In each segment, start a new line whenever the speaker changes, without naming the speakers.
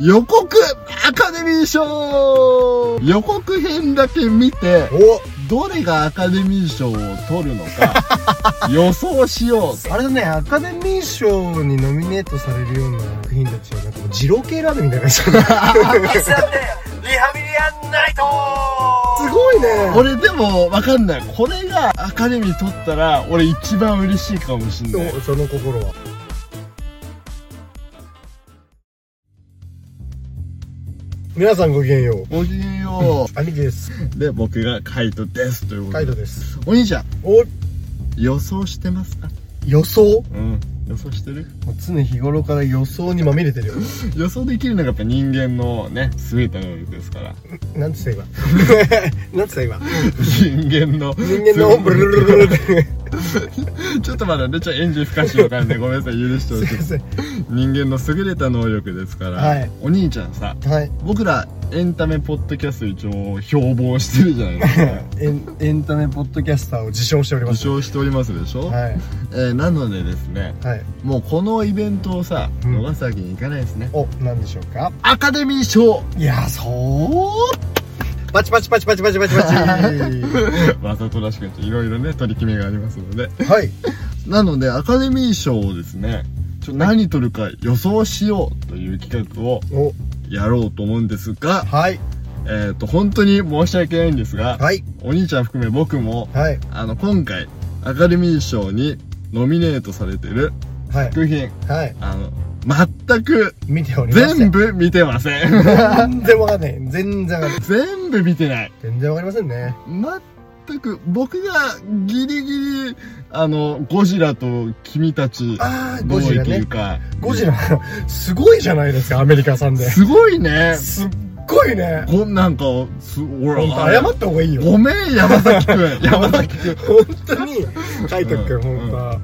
予告アカデミー賞予告編だけ見て、
お
どれがアカデミー賞を取るのか予想しよう。
あれだねアカデミー賞にノミネートされるような作品たちはなんかもう二郎系ラーメンみたいな感じだね
だってリハビリアンナイト
すごいね
俺でもわかんない。これがアカデミー取ったら俺一番嬉しいかもしんない。
おその心は皆さんごきげんよう
ごきげん よ
兄貴です
う。で、僕がカイトです。ということ
カイ
で。
トです
お兄ちゃん、
お
予想してますか
予想
うん。予想してる
常日頃から予想にまみれてるよ
予想できるのがやっぱ人間のね、優れた能力ですから。
なんつった今なんつった今
人間の。
人間のブルルル ルルって
ちょっとまだね、ちょっと演技不可視の感じでごめんなさい、許してほしい
すいません
人間の優れた能力ですから、
はい
お兄ちゃんさ
はい
僕らエンタメポッドキャスト一応標榜してるじゃないですか
エンエンタメポッドキャスターを自称しておりま
受
すは
賞しておりますでしょ、
い
えーなのでですね
はい
もうこのイベントをさ
うん
逃すわけにいかないですね、
おなんでしょうか
アカデミー賞
いやそうパチパチパチパチパチパチパチは
わざとらしくいろいろね取り決めがありますので
い
なのでアカデミー賞をですねちょ何取るか予想しようという企画を
お
やろうと思うんですが、
はい
えっ、と、本当に申し訳ないんですが、
はい
お兄ちゃん含め僕も
はい
あの、今回、アカデミー賞にノミネートされてる
はい
作品、
はい
あの、全く、
見ておりません
全部見てません。
全然わかんない全然わかんな い
全部見てない。
全然わかりませんね
全く、僕がギリギリ、あの、ゴジラと君たち、
ああ
ど
ゴ
う
ジ
生
ラ
き
ね
るか。
ゴジラすごいじゃないですかアメリカさんです
ごいね。
すっごいね
こんなんか、す、
本
俺、
当
あれ
謝った方がいいよ
ごめん、山崎く ん。山崎くん。
本当にカイト君
うん
本当は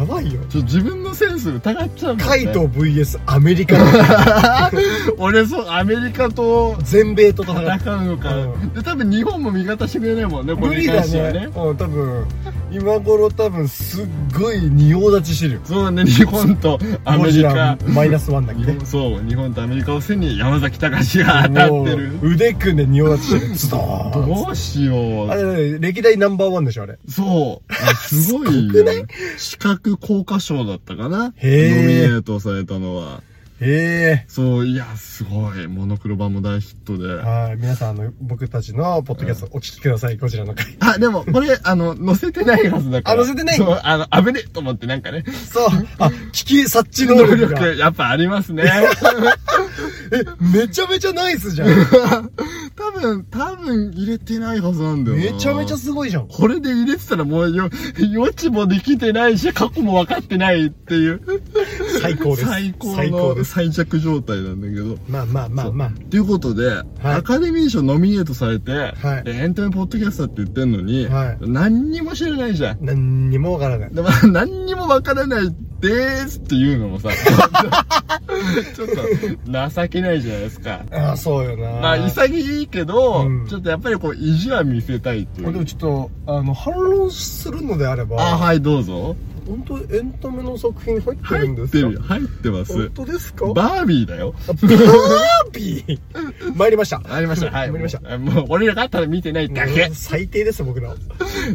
やばいよ
ちょ、自分のセンス疑っちゃうんだ
カ
よね
イト VS アメリカの
俺、そう、アメリカと、
全米と戦って
戦うのか、
うん
で多分日本も味方してくれないもんねこ
無
れに
理だ
関してはね
ねうん多分今頃多分すっごい仁王立ちしてるよ
そうね日本とアメ
ゴジ
リ
ラ
カ
マイナスワンだっ
日
け
本そう日本とアメリカを背に山崎隆が当た
も
ってる
う腕組んで仁王立ちしてるズドーン
どうしよ
あ
う
れ歴代ナンバーワンでしょあれ
そうあすごいよ視覚効果賞だったかなノミ
へー
ネートされたのは
へえ
そういやすごいモノクロ版も大ヒットで
はい皆さんあの僕たちのポッドキャストお聞きくださいゴジラの回
あ、でも、これ、あの、載せてないはずだから。
あ載せてない
そう、あの、危ねえと思って、なんかね。
そうあ聞き察知能
能
力が
力、やっぱありますね。
めちゃめちゃナイスじゃん
多分、多分入れてないはずなんだよな。
めちゃめちゃすごいじゃん
これで入れてたらもうよ、予知もできてないし、過去も分かってないっていう。
最高です
最高
最高で
の
す
最弱状態なんだけど。
まあまあまあまあ
ということで、アカデミー賞ノミネートされて、
はい
でエンタメポッドキャスターって言ってんのに、
はい
何にも知らないじゃん。
何にもわからない
でまあ何にも 分からないですっていうのもさ、 ちょっと情けないじゃないですか。
ああそうよな
まあ潔いけど、
うん
ちょっとやっぱりこう意地は見せたいってい
まあで
う
も。ちょっとあの反論するのであれば
あ、はい、どうぞ。
本当エンタメの作品入ってるん
入
で
って
すか
るよ。入ってます
本。当ですかバ
バービーだよ。
ービー参りました
ありました。はい。
参りました
た。もう、俺らがただ見てないだけ
うん。最低です僕ら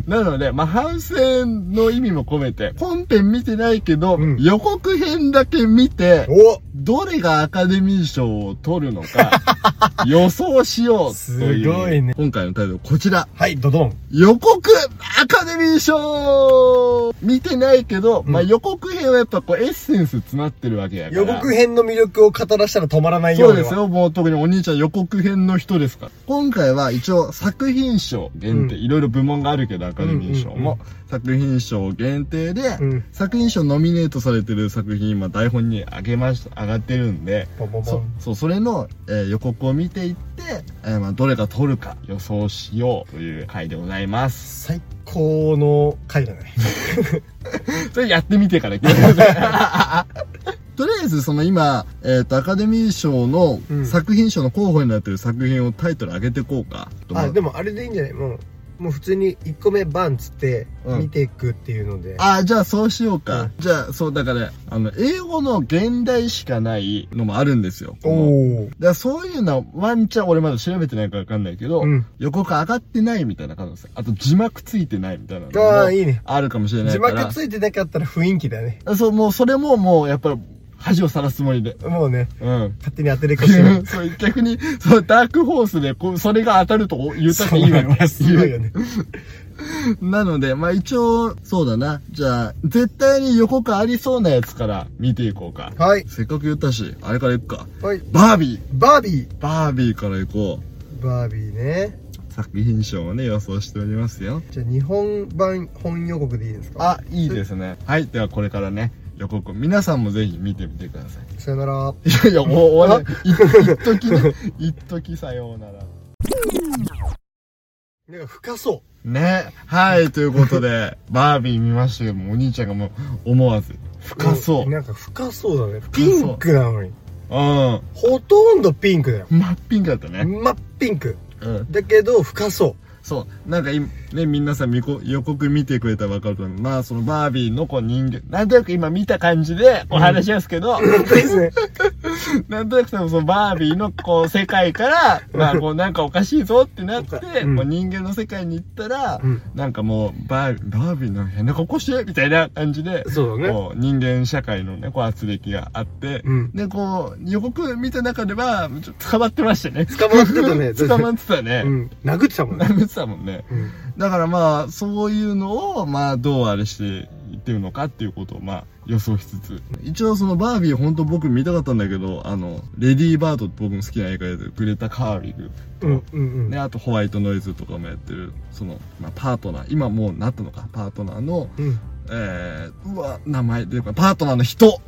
なので、まあ、反省の意味も込めて、本編見てないけど、
うん
予告編だけ見て、
お
どれがアカデミー賞を取るの か、予想しようという。
すごいね
今回のタイトル、こちら。
はいドドン
予告アカデミー賞見てないけど、
うん
まあ、予告編はやっぱこうエッセンス詰まってるわけやから。
予告編の魅力を語らしたら止まらないよ
そうう
で
です
は
よ。もう特にお兄ちゃん予告編の人ですから。今回は一応作品賞限定、
うん
いろいろ部門があるけど、アカデミー賞も、
うん
作品賞限定で、
うん
作品賞ノミネートされてる作品、今台本にあげました、上がってるんで、
ボンボンボ
そ
ン
そう、それの、えー予告を見ていって、えーまあ、どれが取るか予想しようという回でございます。
最高の回だね
それやってみてから聞いてください とりあえず、その今、えっ、と、アカデミー賞の
うん
作品賞の候補になってる作品をタイトル上げてこうか。
あでもあれでいいんじゃないもうもう普通に1個目バンっつって
うん
見ていくっていうので、
あ、じゃあそうしようか。
うん
じゃあ、そう、だから、あの、英語の現代しかないのもあるんですよ。
お
だ
お
からそういうのはワンチャン俺まだ調べてないからわかんないけど、
うん
横が上がってないみたいな可能性。あと字幕ついてないみたいなのも
ああいいね
あるかもしれない
字
から。
幕ついてなかったら雰囲気だね
そう、もうそれももうやっぱり恥をさらすつもりで。
もうね
うん。
勝手に当てれっこし よ う
そう逆に、そう、ダークホースで、こう、それが当たると言ったっていい わけ
すごいよね
なので、まあ一応、そうだな。じゃあ、絶対に横感ありそうなやつから見ていこうか。
はい
せっかく言ったし、あれから行くか。
はい
バービー
バービー
バービーから行こ
バービーね
う。作品賞をね、予想しておりますよ。
じゃあ日本版本予告でいいですか
あ、いいですね。はい、ではこれからね、予告、皆さんもぜひ見てみてください。
さよなら
いやいや、もう終わ り。い一時ね、一時さようなら。
なんか深そ
ね。はい、ということで、バービー見ましたけども、お兄ちゃんがもう、思わず、
う
深そう。うん。
なんか深そうだね
深
ピ
そう
ンクなのにほとんどピンクだよ
真っピンクだったね。
真っピンク
うん。
だけど深そう
そう。なんか今、ね、皆さんみこ予告見てくれたらわかると思う。まあ、そのバービーのこう人形、なんとなく今見た感じでお話しますけ ど、
ですね
なんとなくそのそのバービーのこう世界から、まあこうなんかおかしいぞってなって、
うん
こう人間の世界に行ったら、
うん
なんかもうバーバービーの変な格好してみたいな感じで、
そうだね
こう人間社会のね、こう圧力があって、
うん
で、こう予告見た中では、ちょっと捕まってましたね。
捕まってたね
捕まってたね。
うん殴ってたもんね
殴ってたもんね。
うん
だからまあ、そういうのを、まあ、どうあれしていってるのかっていうことを、まあ、予想しつつ。一応、そのバービー、本当僕見たかったんだけど、あの、レディーバードって僕の好きな映画やで、グレタ・カーリグ。
うんうんうん
ね、あと、ホワイトノイズとかもやってる、その、まあ、パートナー、今もうなったのか、パートナーの、
うん
えー、うわ、名前出るか、パートナーの 人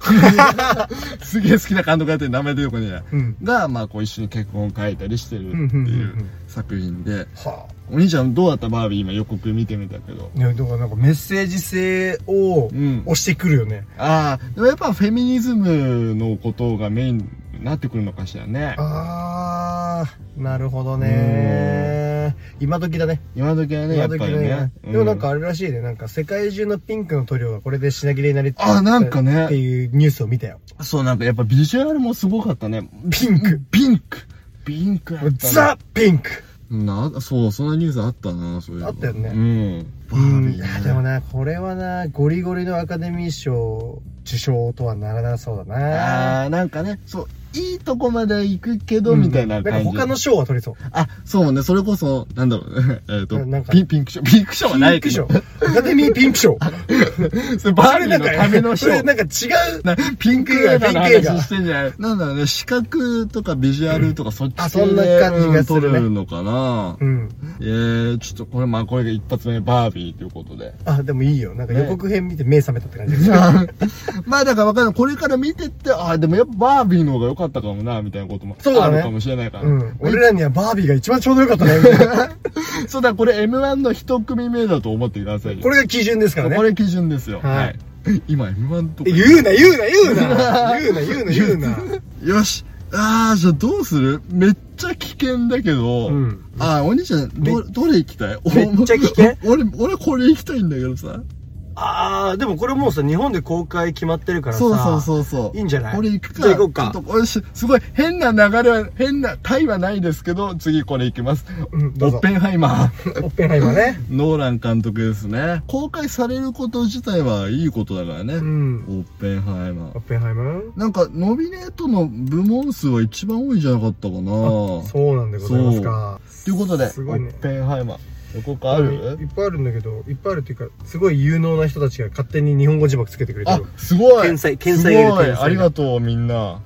すげえ好きな監督やってる名前出るかね。
うん
が、まあ、こう一緒に結婚書いたりしてるって
うんうんう
い
ん
う
う
ん作品で、
は
お兄ちゃんどうだったバービー今予告見てみたけど。
あいやだからなんかメッセージ性を
うん。
押してくるよね
ああ、でもやっぱフェミニズムのことがメインになってくるのかしらね。
あーなるほどね今時だね
今時はね、や
今
っぱ
時だ
り
ね
ね。
でもなんかあれらしいねなんか世界中のピンクの塗料がこれで品切れになり
あなんかね
っていうニュースを見たよ
うん、そうなんかやっぱビジュアルもすごかったね。
ピンク
ピンクピンクやったな
ザ・ピンク
な、そう、そんなニュースあったな、そういうの
あったよね
うん。バ
う
ー
ん
ビー、
いや
ね。
でもなこれはなゴリゴリのアカデミー賞受賞とはならなそうだな
あー、なんかね、そう、いいとこまで行くけど、
うん
みたいな感じ。
んか他の賞は取りそう
あ、そうね、それこそ、なんだろう ね。えっと
ななん、か
ピンピンク賞、ピンク賞は
ピ
な
ン
い
ク
け
賞
ど。
アカデミーピンク賞
それ バ
あ
ー
れ
ビ
な
ー
ん
の
か
ための
そ
賞
れ。なんか違う
なピンク映画の話してんじゃないなんだろうね、視覚とかビジュアルとかそっち
あそんな感じがする
うん撮
ね
れるのかな
うん
えー、ちょっとこれ、まあこれが一発目、バービーということ で。
あでもいいよなんか予告編見て目覚めたって感じ
まあだからわかんない。これから見てって、ああ、でもやっぱバービーの方が良かったかもな、みたいなことも
そうだ
あ
ね
るかもしれないから。
うん俺らにはバービーが一番ちょうどよかった ね
そうだ、これ M1 の一組目だと思ってくださいよ。
これが基準ですからね
これ基準ですよ。
はい
はい。今 M1 とか。
言うな言うな言うな言うな言うな言うな
よし。ああ、じゃあどうするめっちゃ危険だけど、
うん
ああ、お兄ちゃん、ど、どれ行きたい
めっちゃ危険
俺、俺これ行きたいんだけどさ。
ああでもこれもうさ日本で公開決まってるか
そうそうそうそう。
いいんじゃない
これ行くか。
じゃあ行こうか
ちょっと俺しすごい、変な流れは、変な、タイはないですけど、次これ行きます。
うん
オ
どうぞ
ッペンハイマー。
オッペンハイマーね
ノーラン監督ですね。公開されること自体はいいことだからね。オ
ん
ッペンハイマー
オッ。ペンハイマー
なんか、ノミネートの部門数は一番多いんじゃなかったかな
そうなんでございますか
ということで、
すごいね
オッペンハイマー。横かある、
いっぱいあるんだけどいっぱいあるっていうかすごい有能な人たちが勝手に日本語字幕つけてくれて
あ
る、
すごい
天才天才がいる
すご
天
い
才が
ありがとう、みんな。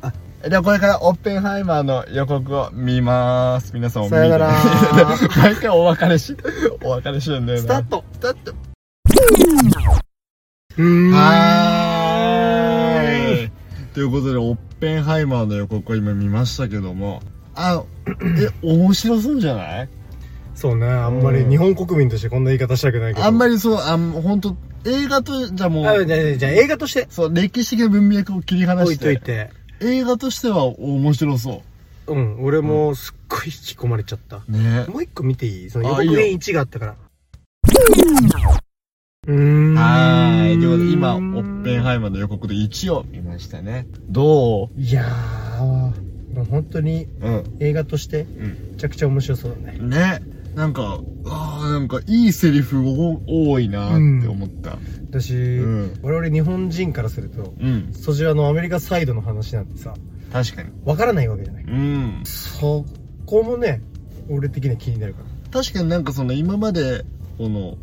じゃあこれからオッペンハイマーの予告を見まーす。皆さんも見て
さよなら
毎回お別れし、 お別れしてるんだよな。
スタート
スタート
うーん
はーい。ということで、オッペンハイマーの予告を今見ましたけども、あ、え、面白そうじゃない
そうねあんまり日本国民としてこんな言い方したくないけど
あんま
り
りそう、あん、ほんと、映画と、じゃあも
あ
う、
じゃあじゃあじゃあ映画として
そう、歴史的文脈を切り離
置
し
いと
て、
いて
映画としては面白そ
うん俺もすっごい引き込まれちゃった、
う。ね
もう一個見ていいその予
あいい
告
よ
編1があったからうーん。
はい。ということで、今、オッペンハイマーの予告で1を見ましたね。ど
いやー、もう本当に
ううん。
映画として、
うん。
めちゃくちゃ面白そうだね。
ね。なんか、ああ、なんかいいセリフ多いなーって思った。
私、
うん
我々日本人からすると、
うん。
そちらのアメリカサイドの話なんてさ、
確かに。
わからないわけじゃない。
うん。
そこもね、俺的には気になるから。
確かになんかその今まで、この、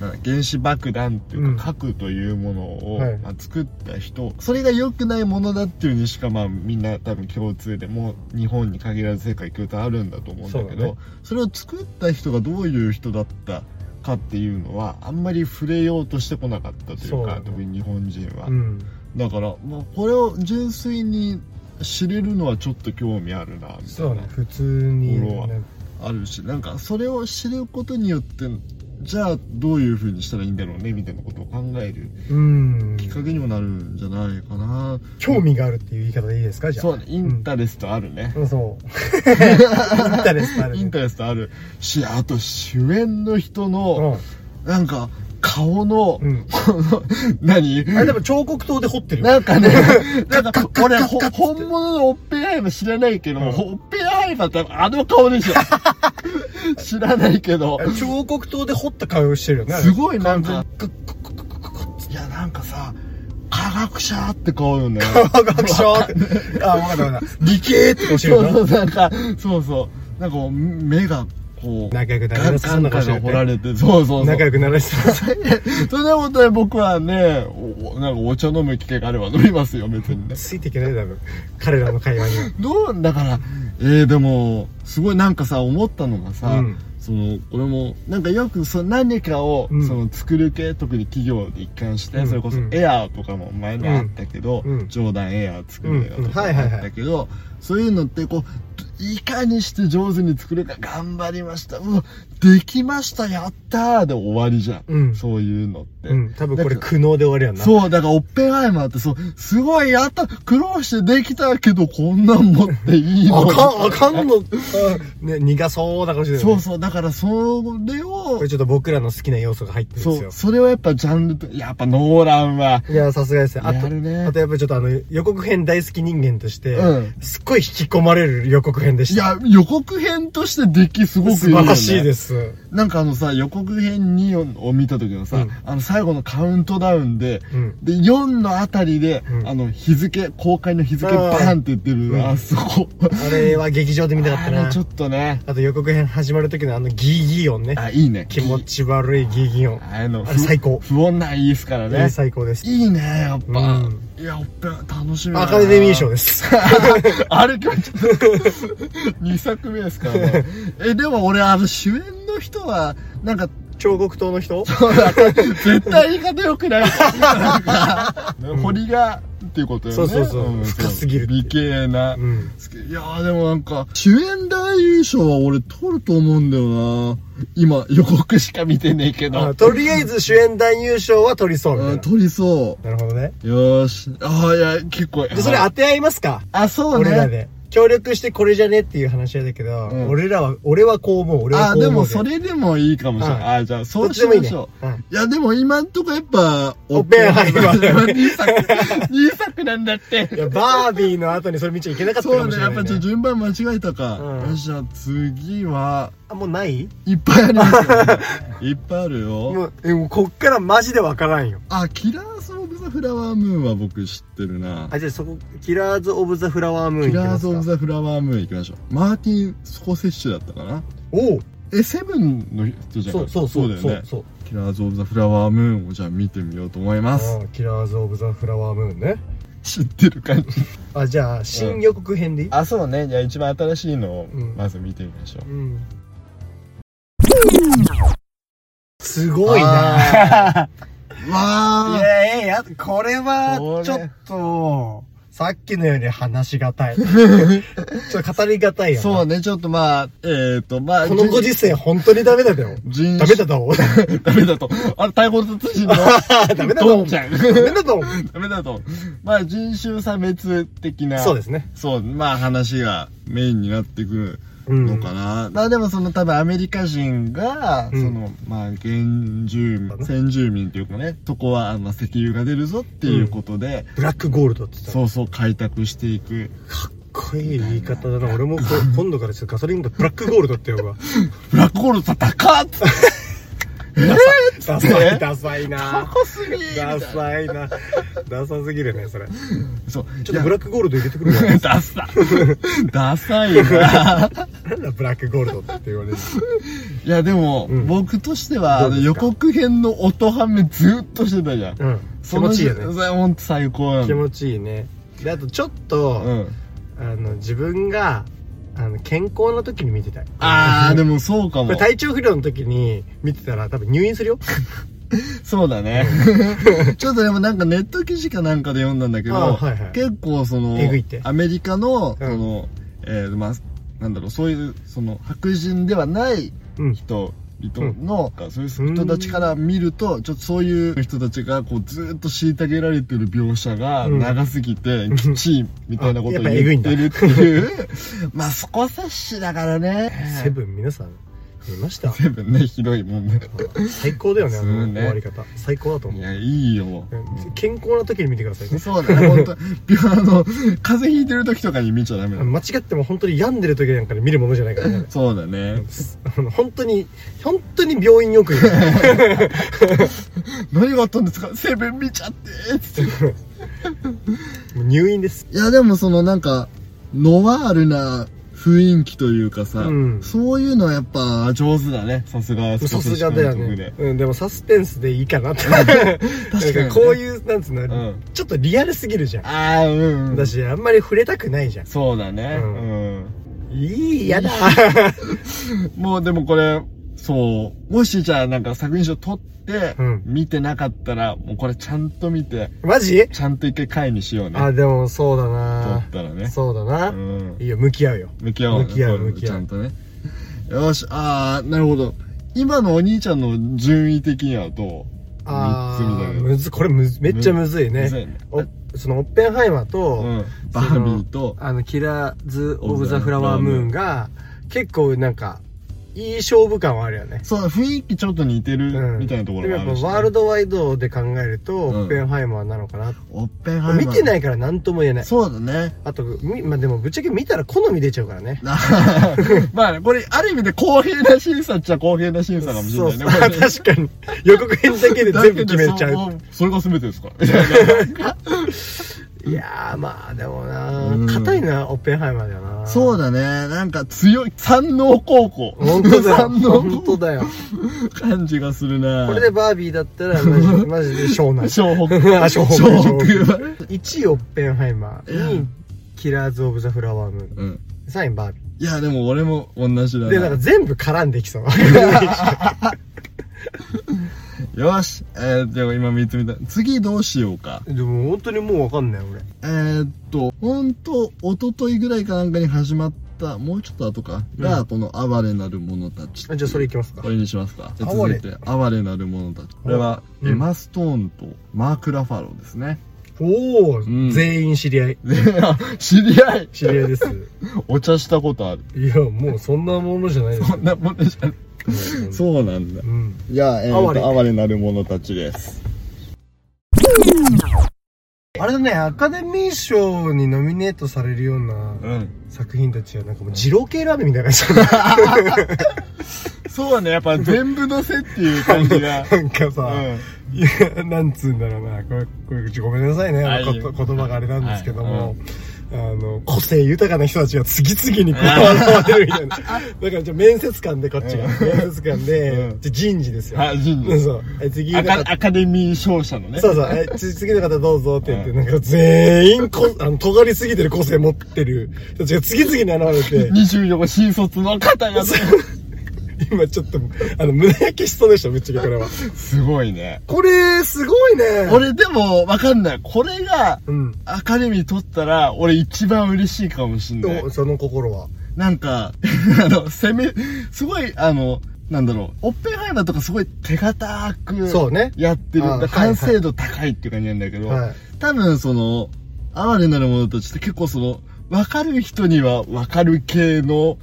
な原子爆弾っていうか核というものを、
はい
まあ、作った人それが良くないものだっていうにしかまあみんな多分共通でもう日本に限らず世界共通あるんだと思うんだけ
そうだ
ど
ね
それを作った人がどういう人だったかっていうのはあんまり触れようとしてこなかったとい
そううだ
か
ね
特に日本人は、
うん。
だから、まあ、これを純粋に知れるのはちょっと興味あるなみたい
そう
な
ね。普通に、
俺は
ね、
あるしなんかそれを知ることによってじゃあどういうふうにしたらいいんだろうねみたいなことを考える
うん。
きっかけにもなるんじゃないかな
興味があるっていう言い方でいいですかじゃあ。
そうねインタレストあるね、
う んそう。インタレストあるね
インタレストあるしあと主演の人の、
う
なんか顔の、
ん。うん。
この 何
あれでも彫刻刀で彫ってるよ。
なんか ね、なんか、俺、ほ本物のオッペンハイマー知らないけど、
うん
オッペンハイマーってあの顔 でしょ知らないけど。
彫刻刀で彫った顔してるよね。
すごいなんか
完、
いやなんかさ、科学者って顔よね。
科 学者って。あ、わかったわかった。理系って教え
そう
る
そ
な。
う、なんか、そうそう。なんかこう目がこう、
仲良くな
ガ
り
ン
なさ
ガ
そう
ン
な顔
ガ
して
ン
る
掘
よ
ら
ね。
れて、そうそうそう
仲。良くなりそ う。
それで本当に僕はね、おおなんかお茶飲む機会があれば飲みますよ、別にね。
ついていけないだろう。彼らの会話には。
どうだから、えー、でも、すごいなんかさ、思ったのがさ、
うん
その、俺も、なんかよくその何かを、
うん
その作る系、特に企業で一貫して、
うん
それこそ
うん
エアーとかも前にあったけど、
うん
冗談エアー作る
うん
よとかもあったけど、そういうのってこう、いかにして上手に作るか頑張りました。うわ、できました、やったーで終わりじゃん。
うん
そういうのって。
うん。多分こ
だ
れ
から
苦悩で終わるやんな。
そう、だから、オッペンハイマーって、そう、すごい、やった、苦労してできたけど、こんなん持っていいの
あかん、あかんの。あね、苦そうな顔してるよね。
そうそう、だから、それ
こ
を
れ、ちょっと僕らの好きな要素が入ってるんです
そ
よ
う、。それをやっぱジャンルと、やっぱノーランは、
いや、さすがですね。あ
や
と、
るね
あとやっぱりちょっとあの、予告編大好き人間として、
うん
すっごい引き込まれる予告編でし
い
た。
や、予告編として出来すごくいい。
素晴らしいですす。
なんかあのさ、予告編2を見た時のさ、
うん
あの最後のカウントダウンで、
うん
で、4のあたりで、
うん
あの、日付、公開の日付
うん
バーンって言ってる、
うん
あそこ。
あれは劇場で見たかっ
あ
た
れ
な。
ちょっとね、
あと予告編始まる時のあのギーギー音ね。
あ、いいね。
気持ち悪いギーギー音。
あの、
あれ
ふ
最高
不穏ないいですから
ね、
ね。
最高です。
いいね、やっぱ。
うん
いや、おっぺ楽しみだな
アカデミ ー賞。です。
あれ、今日ちょっと2作目ですから ね。え、でも俺、あの、主演の人は、なん か、
彫刻刀 の人
絶対言い方良くない。 なんか堀が、っていうことよね。
そうそうそうん深すぎるっていう
美形な。
うん。
いやーでもなんか、主演男優賞は俺取ると思うんだよな今、予告しか見てねえけ
あ
ど。
とりあえず主演男優賞は取りそうみた
う
い
ん取りそ
な。なるほどね。
う。よーし。ああ、いや、結構。
で、それ当て合いますか
あ、そうね。
俺らで。協力してこれじゃねっていう話はだけど、
ん
俺らは、俺はこう思う、俺は
あ、
こう思う。
でもそ、れでもいいかもしれない。
は
あ、じゃあそ
どっ
うし
ちで
ま
もいいね。
しょう。
うん
いや、でも今んとこやっぱ、
オッペンハイマーだよね
2作、2作なんだって
い。や、バービーの後にそれ見ちゃいけなかった
そう
かも
ね、
しれ
や
な
っ
い、
ぱちょっと
ね。
順番間違えたか。
うん
よし、じゃあ次は、
あ、もうない
いっぱいありますよ、ね。 いっぱいあるよ。
もう、えもうこっからマジでわからんよ。
あ、キラーズ・オブ・ザ・フラワームーンは僕知ってるな。
あ、じゃあそこ、キラーズ・オブ・ザ・フラワームー
キ
ンいき
ラー
ま
ズ・オブ・
すか。
ザ・フラワームーン行きましょう。マーティン・スコセッシュだったかな。
おう
え、セブンの人じゃん。
そうそうそう、
だよ
そう
ね。
そう。
キラーズ・オブ・ザ・フラワームーンをじゃあ見てみようと思います。
あキラーズ・オブ・ザ・フラワームーンね。
知ってる感じ。
あ、じゃあ、新予告編でいい、
あ、そうね。じゃあ一番新しいのを
うん
まず見てみましょう。
うん。すごいな
わ
い
ー
やいやいや、これ
こ
は
れ、
ちょっと、さっきのより話しが たい。ちょっと語りがたいよな。
そうね、ちょっとまあ、えーと、まあ、
このご時世本当にダメだよ。
人
ダメだと。
種、 ダメだと。あれ、逮捕殺人の、
ダメだ
ド
と
ン。ちゃん。
ダメだと。
ダメだと。まあ、人種差別的な、
そうですね。
そう、まあ話がメインになってくる
うん
のかな、まあでもその多分アメリカ人が、
うん
そのまあ原住民先住民っていうかねそこはあの石油が出るぞっていうことで、
ブラックゴールドってさ、かっ
そうそう開拓していく
こいい言い方だな。俺もこう今度からちょっとガソリンボンドブラックゴールドって呼ぶわ。
ブラックホールさ高っ つって
ダ
サ
サ
い
い、ダサいな。
高すぎみたい
ダ
な
サいな。ダサすぎるね、それ。ちょ
そう
っとブラックゴールド入れてくるわ。
いやダサダサい な
なんだブラックゴールドって言われる。
いやでも、
うん
僕としてはあ
ど
の
うです
予
か
告編の音ハメずっとしてたじゃん
うん。気持ちいいよね。
ほんと最高なの
気持ちいいね。で、あとちょっと、
うん
あの自分があの健康な時に見てたい
あーで
も
もそうか
こ
も
れ体調不良の時に見てたら多分入院するよ
そうだ ねちょっとでもなんかネット記事かなんかで読んだんだけど、
あはいはい
結構その
えぐいって
アメリカのそ
うん
の、えーまあなんだろうそういうその白人ではない
うん
人々の、そういう人たちから見るとちょっとそういう人たちがこうずーっと虐げられてる描写が
うん
長すぎて、きちいみたいなことを
あやっぱえぐ
言
い
っ
んだ
てるっていう まあそこは冊子だからね
セブン皆さん見 ました
セブンねひどいもんね
最高だよねあ
そう
の
ね
終わり方最高だと
い
思う
やいいよ
うん健康な時に見てくださいね
そう だね、本当病あの、風邪ひいてる時とかに見ちゃダメ
あ
だ
の。間違っても本当に病んでる時なんかで見るものじゃないからね
そうだね。
あの本当に本当に病院よく行く
何があったんですかセブン見ちゃってつって。
もう入院です
いや、でもそのなんか、ノワールな雰囲気というかさ、
うん
そういうのはやっぱ上手だね。さすが、
さすがだよね。、うん、でもサスペンスでいいかなって
確かに
なんかこういうなんつうの、
ん
ちょっとリアルすぎるじゃん
ああ、うん。
だし、あんまり触れたくないじゃん。
そうだね、う。
うんいい、やだ。
もうでもこれ、そう。もしじゃあなんか作品賞取って、
うん
見てなかったら、もうこれちゃんと見て、
マジ
ちゃんと一回回にしようね。
あ、でもそうだ
取
な
ったらね。
そうだな、
うん。
いいよ、向き合うよ。
向き合おうね
向き合う
これ
向き合う
ちゃんとねよしあーなるほど今のお兄ちゃんの順位的にはどう
あ
三つみたい
ー
な
むず、これむず、めっちゃむず
む
いね。
ずいね
おその、オッペンハイマーと、
うんバービーと
あの、キラーズ・オブ・ザ・フラワームーンが、結構なんか、いい勝負感はあるよね。
そう雰囲気ちょっと似て
う
る
ん
みたいなとこ
で
ろ
も
もあ
やっ
るし、
ぱワールドワイドで考えると、
ん
オッペンハイマーなのかな、
オッペンハイマー
見てないいから何とも言えない
そうだね
あとみまあでもぶっちゃけ見たら好み出ちゃうからね
まあねこれある意味で公平な審査っちゃ公平な審査かもしれないね
そうそう
これね
確かに予告編だけで全部決めちゃ
だけ
う
どそそれが全てですから いやいや
いやーまあでも
うん
な硬いなオッペンハイマーだよな
そうだねなんか強い山王高校
本当 だよ
山王
本
高
当
校
だよ
感じがするな
これでバービーだったらマジマジで湘南
湘北
あ湘北
湘北
1位オッペンハイマー2
う
位キラーズ・オブ・ザ・フラワームーン
うん
3位バービ
いやでも俺も同じだ
ーでな
な
んか全部絡んできそう
よしえー、じゃあ今3つ見た次どうしようか
でも本当にもう分かんない俺
えー、っとほんと一昨日ぐらいかなんかに始まったもうちょっと後かが、
う
この「哀れなる者たち」
あじゃあそれいきますか
これにしますかじゃあ続いて「哀れなる者たち」これは、
うん
エマ・ストーンとマーク・ラファローですね
おお、
ん
全員知り合い
で 知り合い
知り合いです
お茶したことある
いやもうそんなものじゃないです
そんなもんでしょそうなんだ
うん
いや、えー、
哀れ
と哀れなる者たちです
あれだね、アカデミー賞にノミネートされるような
うん
作品たちは、なんかもう、二郎系ラーメンみたいな感じだ ね
そうだね、やっぱ全部のせっていう感じ が。
なんかさ、いや、なんつうんだろうな、これ、これごめんなさいね、
あいいよ
こと言葉があれなんですけど
はい
も、あの、個性豊かな人たちが次々にこう、現れるみたいな。だから、じゃあ面接官でこっちが、面接官で
う、ん
じゃあ人事ですよ。
あ人事
うんそう。え次の
ア
方
カアカデミー勝者のね。
そうそう、え、つ次の方どうぞって言って、
う
なんか全員こ、あの、尖りすぎてる個性持ってる人たちが次々に現れて、
24新卒の方が。
今ちょっと、あの、胸焼けしそうでした、ぶっちゃけこれは。
すごいね。
これ、すごいね。
俺でも、わかんない。これが、
うん。
アカデミー取ったら、俺一番嬉しいかもしんない
お。その心は。
なんか、 あの、攻め、すごい、あの、なんだろう、オッペンハイマーとかすごい手堅く、
そうね
やってる。
あ
だから
はいは
完
い
成度高いっていう感じなんだけど、
はい
多分その、哀れなる者たちって結構その、わかる人にはわかる系の、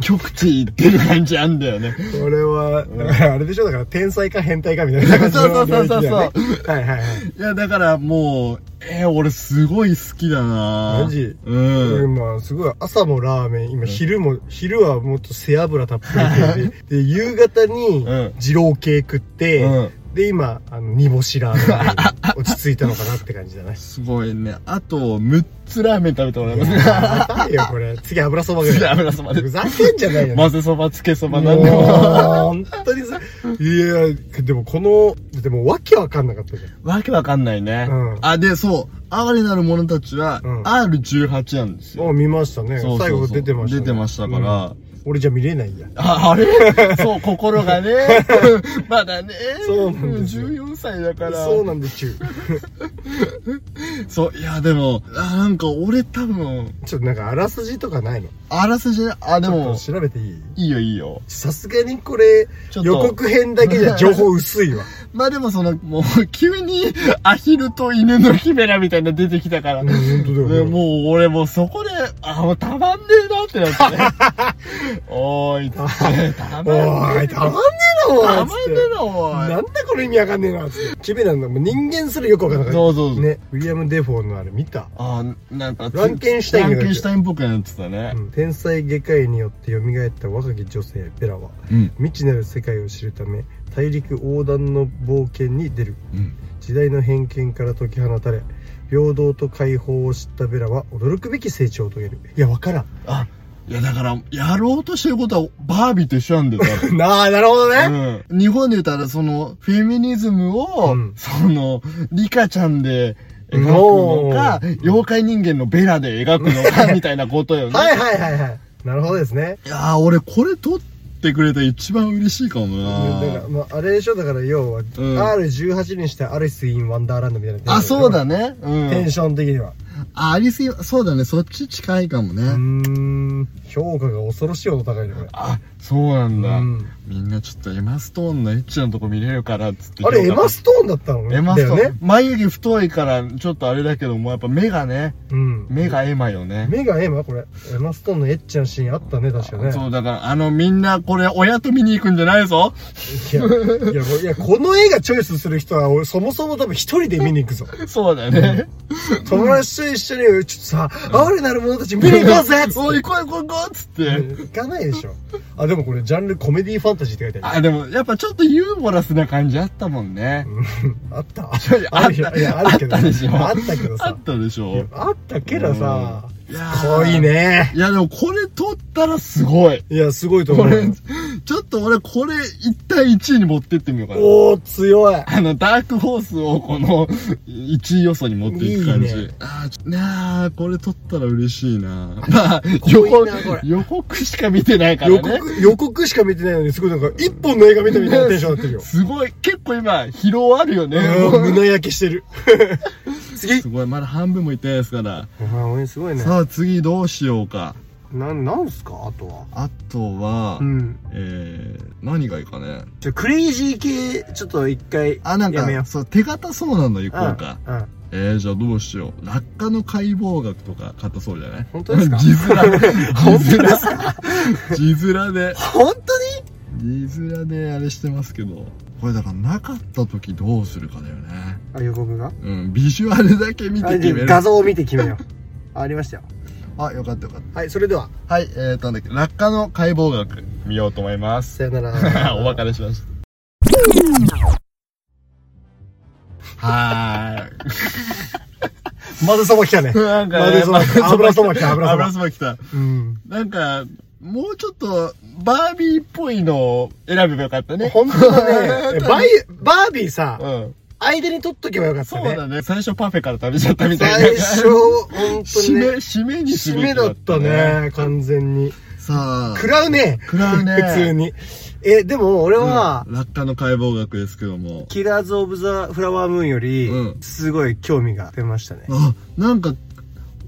極地行ってる感じあんだよ ね。
これは、だからあれでしょだから天才か変態かみたいな 感じの
そうそうそうそう
領域だよねはいはいはい。
いや、だからもう、えー、俺すごい好きだな
マジ
うん。
まあすごい朝もラーメン今昼も、昼はもっと背脂たっぷり食ってで夕方に
うん
二郎系食って、
うん
で今あの煮干しラーメンに落ち着いたのかなって感じ だね
すごいね。あと、6つラーメン食べたことあります。
やいよこれ次油そばぐら い
次油そばで
ふざけんじゃないよ、
混ぜそば、つけそば、
も
なん
う
でも。
本当にさいやでもこのでもわけわかんなかったじゃん
わけわかんないね。
うん
あ、で、そう。哀れなる者たちは、
うん
R18 なんですよ。
もう見ました
そう
ね
そうそう
最後出てました、ね、
出てましたから
うん俺じゃ見れないんだ
あ、 あれそう、心がね。まだね。
そうなんですよ
14歳だから。
そうなんでちゅう
そう、いや、でも、あ、なんか俺多分、
ちょっとなんかあらすじとかないの
あらすじね、あ、でも、
ちょっと調べていい
いいよいいよ。
さすがにこれ
ちょっと
予告編だけじゃ情報薄いわ
まあでもその、もう、急に、アヒルと犬のキメラみたいなの出てきたから。
うん本当だ
で
よ
もう俺もうそこで、あ、もうたまんねえなってな って。おーい、つって、たまんね
お
え。
いたまんねえな
たま
おい
んね
つって
えな、おい。
なんだこれ意味わかんねえなっつってキメラのもう人間すらよくわかんなかった
そうそうそう
ねウィリアム・デフォーのあれ見た
あー、なんか、
ランケンシュタイン
ラ
が
ンケンシュタインっぽくなってたね
う。ん天才外科医によって蘇った若き女性ベラは
うん。
未知なる世界を知るため大陸横断の冒険に出る
うん。
時代の偏見から解き放たれ平等と解放を知ったベラは驚くべき成長を遂げるいやわからん
あ、いやだから、やろうとしてることは、バービーと一緒なんだよ、多分
なあなるほどね、
うん、日本で言ったら、その、フェミニズムを、
うん
その、リカちゃんで描くのか
お、ー
妖怪人間のベラで描くのか、みたいなことよね。
はい
い
はいはいはい。なるほどですね。
やー、俺これ撮ってくれたら一番嬉しいかも
だから、
な。
まあ、あれでしょ、だから要は、R18 にしてアリス・イン・ワンダーランドみたいなテンショ
あ、
ン。
そうだね。う
テン
ん。
ション的には。
あ、ありすぎ、そうだね。そっち近いかもね。
うーん。評価が恐ろしいほど高いね、これ。
あ、そうなんだ、
うん
みんなちょっとエマストーンのエッチなとこ見れるから、つって。
あれ、エマストーンだったのね。
エマストーン、
だよね。
眉毛太いから、ちょっとあれだけども、やっぱ目がね、
うん。
目がエマよね。
目がエマこれ。エマストーンのエッチなシーンあったね、確かね。
そう、だから、あの、みんな、これ、親と見に行くんじゃないぞ。
いや、いや、こいやこの映画チョイスする人は、俺、そもそも多分一人で見に行くぞ。
そうだよね。
友達と一緒に、ちょっとさ、哀れなる者たち見に行こうぜつっ
お
て
い、行こう行こう行こうっつって。
行かないでしょ。あ、でもこれ、ジャンルコメディファンタジーって書いてあ る。
あ、でも、やっぱちょっとユーモラスな感じあったもんね。
あった
いや
あるよ。いや、あるけど。
あったでしょ
あったけど
あ
さ
っ。たでし
いや
ょ
あったけどさ、
いや
かわいい。ね。
いや、でも、これ撮ったらすごい。
いや、すごいと思
これ
う。、
ちょっと俺、これ、1対1に持ってってみようかな。
おー、強い。
あの、ダークホースをこの1位予想に持っていく感じ。
いいね
ああ、ちょねあ、これ撮ったら嬉しいな。まあ、予
こいいなこれ
告、予告しか見てないから
予
ね。
告、予告しか見てないのに、すごいなんか、一本の映画見たみたいなテンションになってるよ。
すごい、結構今、疲労あるよね。
うん 胸焼けしてる。 次
すごい、まだ半分もいってないですから。
あ、応援すごいね
さあ、次どうしようか。
なん、なんすかあとは。
あとは、
ん。
えー、何がいいかね。
ちょ、クレイジー系、ちょっと一回
あ、なん
やめよ
か、
う
そう、手堅そうなの行こうか。
うん。うん
えー、じゃあどうしよう。落下の解剖学とか買ったそうじゃない
本当ですか
字面で。本当ですか字面で。
本当に
字面であれしてますけど。これだからなかった時どうするかだよね。
あ、予告が
うん、ビジュアルだけ見て決める。
画像を見て決めよう。 ありましたよ。
あ、よかったよかった。
はい、それでは、
はい、えー、となんだっけ、落下の解剖学見ようと思います。。
さよなら
お別れしました。 はーい。
まぜそば来たね。
なんか、
ま
ね
ぜ、そば、油そば来た、油そば
油。そば来た。
うん。
なんか、もうちょっと、バービーっぽいのを選べばよかったね。
本当 だね。えバイ、バービーさ、
うん。
間に取っとけばよかっ
そ
た
う
ね。
だね。最初パフェから食べちゃったみたいな。
最初、本当
締
に
め、
ね。
締めにす
締
べ
め
き
だった。ね、完全に。
さあ、
食らうね。
食らうね
普通に。え、でも俺は、
うん落下の解剖学ですけども。
キラーズ・オブ・ザ・フラワームーンより
う、ん
すごい興味が出ましたね。
あ、なんか、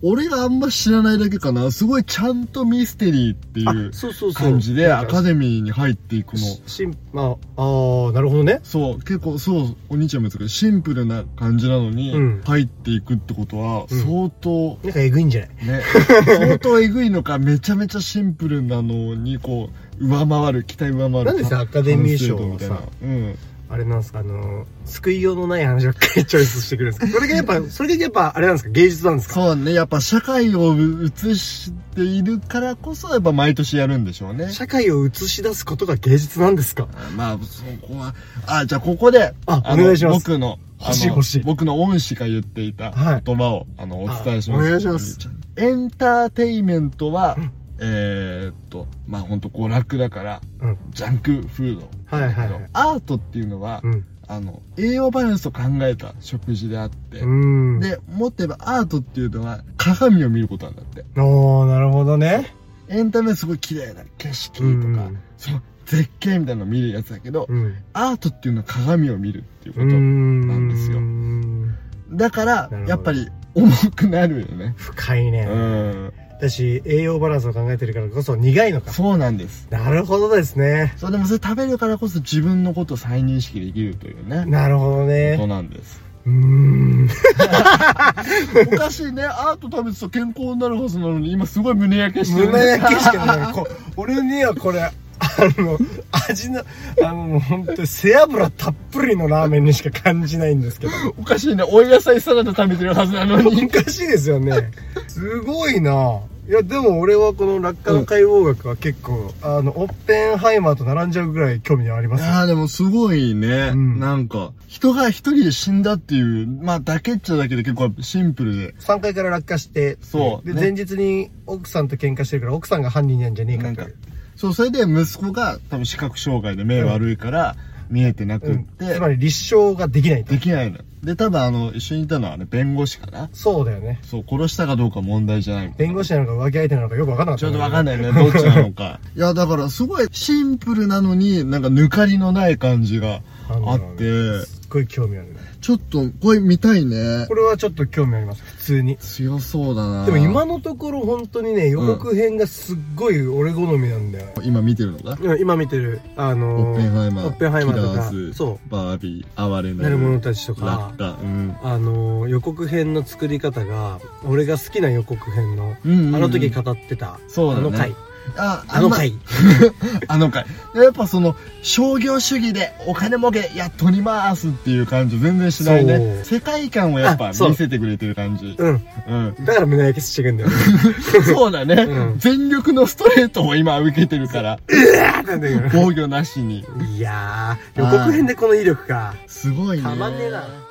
俺があんま知らないだけかなすごいちゃんとミステリーっていう
そうそうそう
感じでアカ
ミ
デミーに入っていくの
しんまああーなるほどね
そう結構そうお兄ちゃんも言ってたけどシンプルな感じなのに
うん
入っていくってことは
うん
相当
なんかえぐいんじゃない
ね相当えぐいのかめちゃめちゃシンプルなのにこう上回る期待上回る
なんでさアカデミー賞
完
は
成
さ
度みたいなうん
あれなんですかあの救いようのない話ばっかりチョイスしてくるんですけどそれがやっぱそれがやっぱあれなんですか芸術なんですか
そうねやっぱ社会を映しているからこそやっぱ毎年やるんでしょうね
社会を映し出すことが芸術なんですか
あまあそこはあじゃあここで
あ
の
お願いします
僕のあ
欲しい
の
欲しい
僕の恩師が言っていた
はい
言葉をあのお伝えしま
あ
す
お願いします
エンターテイメントは、
うん
えーっとまあ本当娯楽だから、
うん
ジャンクフード
はいはいはい
アートっていうのは、
うん
あの栄養バランスを考えた食事であって、
うん
でもっと言えばアートっていうのは鏡を見ることなんだって
おーなるほどね
エンタメはすごい綺麗な景色とか、
うん
その絶景みたいなのを見るやつだけど、
うん
アートっていうのは鏡を見るっていうこと、
なん
ですよだから
ほど
やっぱり重くなるよね
深 いうね、
ん
私栄養バランスを考えてるからこそ苦いのか
そうなんです
なるほどですね
そうでもそれ食べるからこそ自分のことを再認識できるというね
なるほど
こと
ね
なんです
うーん
おかしいねアート食べてたら健康になるはずなのに今すごい胸焼けしてるね
胸焼けしかないこ俺にはこれあの味のあのもう本当に背脂たっぷりのラーメンにしか感じないんですけど
おかしいねお野菜サラダ食べてるはず なのに
おかしいですよねすごいないやでも俺はこの落下の解剖学は結構、あのオッペンハイマーと並んじゃうぐらい興味ありますよ
ああ、でもすごいね。
うん
なんか、人が一人で死んだっていう、まあ、だけっちゃだけで結構シンプルで。
3階から落下して
そう
で、
ね
前日に奥さんと喧嘩してるから奥さんが犯人なんじゃねえ
な
か
ん
と
か
いう、
そう、それで息子が多分視覚障害で目悪いから、見えてなく
う
っ
ん、
て、
つまり立証ができないと
できないの。で、多分あの、一緒にいたのはね、弁護士かな。
そうだよね
そう、殺したかどうか問題じゃない。
弁護
士
士なのか浮気相手なのかよく分かんなかった
ちょっとわかん
ない
ないね、どっちなのか。 いや、だからすごいシンプルなのに、なんか抜かりのない感じがあって、
すっごい興味あるね
ちょっと、これ見たいね
こ。れはちょっと興味あります普通に
強そうだな
でも今のところ本当にね予告編がすっごい俺好みなんだよ、
今見てるのが
うん今見てるあの
オ
ー
ッペンハイマー
オッペンハイマーと
キラ
か
ーズ
そ
バービー哀れ
う
な
なる者
る
たちとか
落下うん
あのー予告編の作り方が俺が好きな予告編の、
うんうんうん
あの時語ってた
そうだね
あの回
あ
あの回
あの回やっぱその商業主義でお金儲けやっとりますっていう感じ全然しないね
そう
世界観をやっぱ
あそう
見せてくれてる感じ
うん
うん
だから胸焼けしてくん だよ
そうだね、
うん
全力のストレートを今受けてるから
なんだけ
防御なしに
どいやー予告編でこの威力か
すごいね
たまんねえな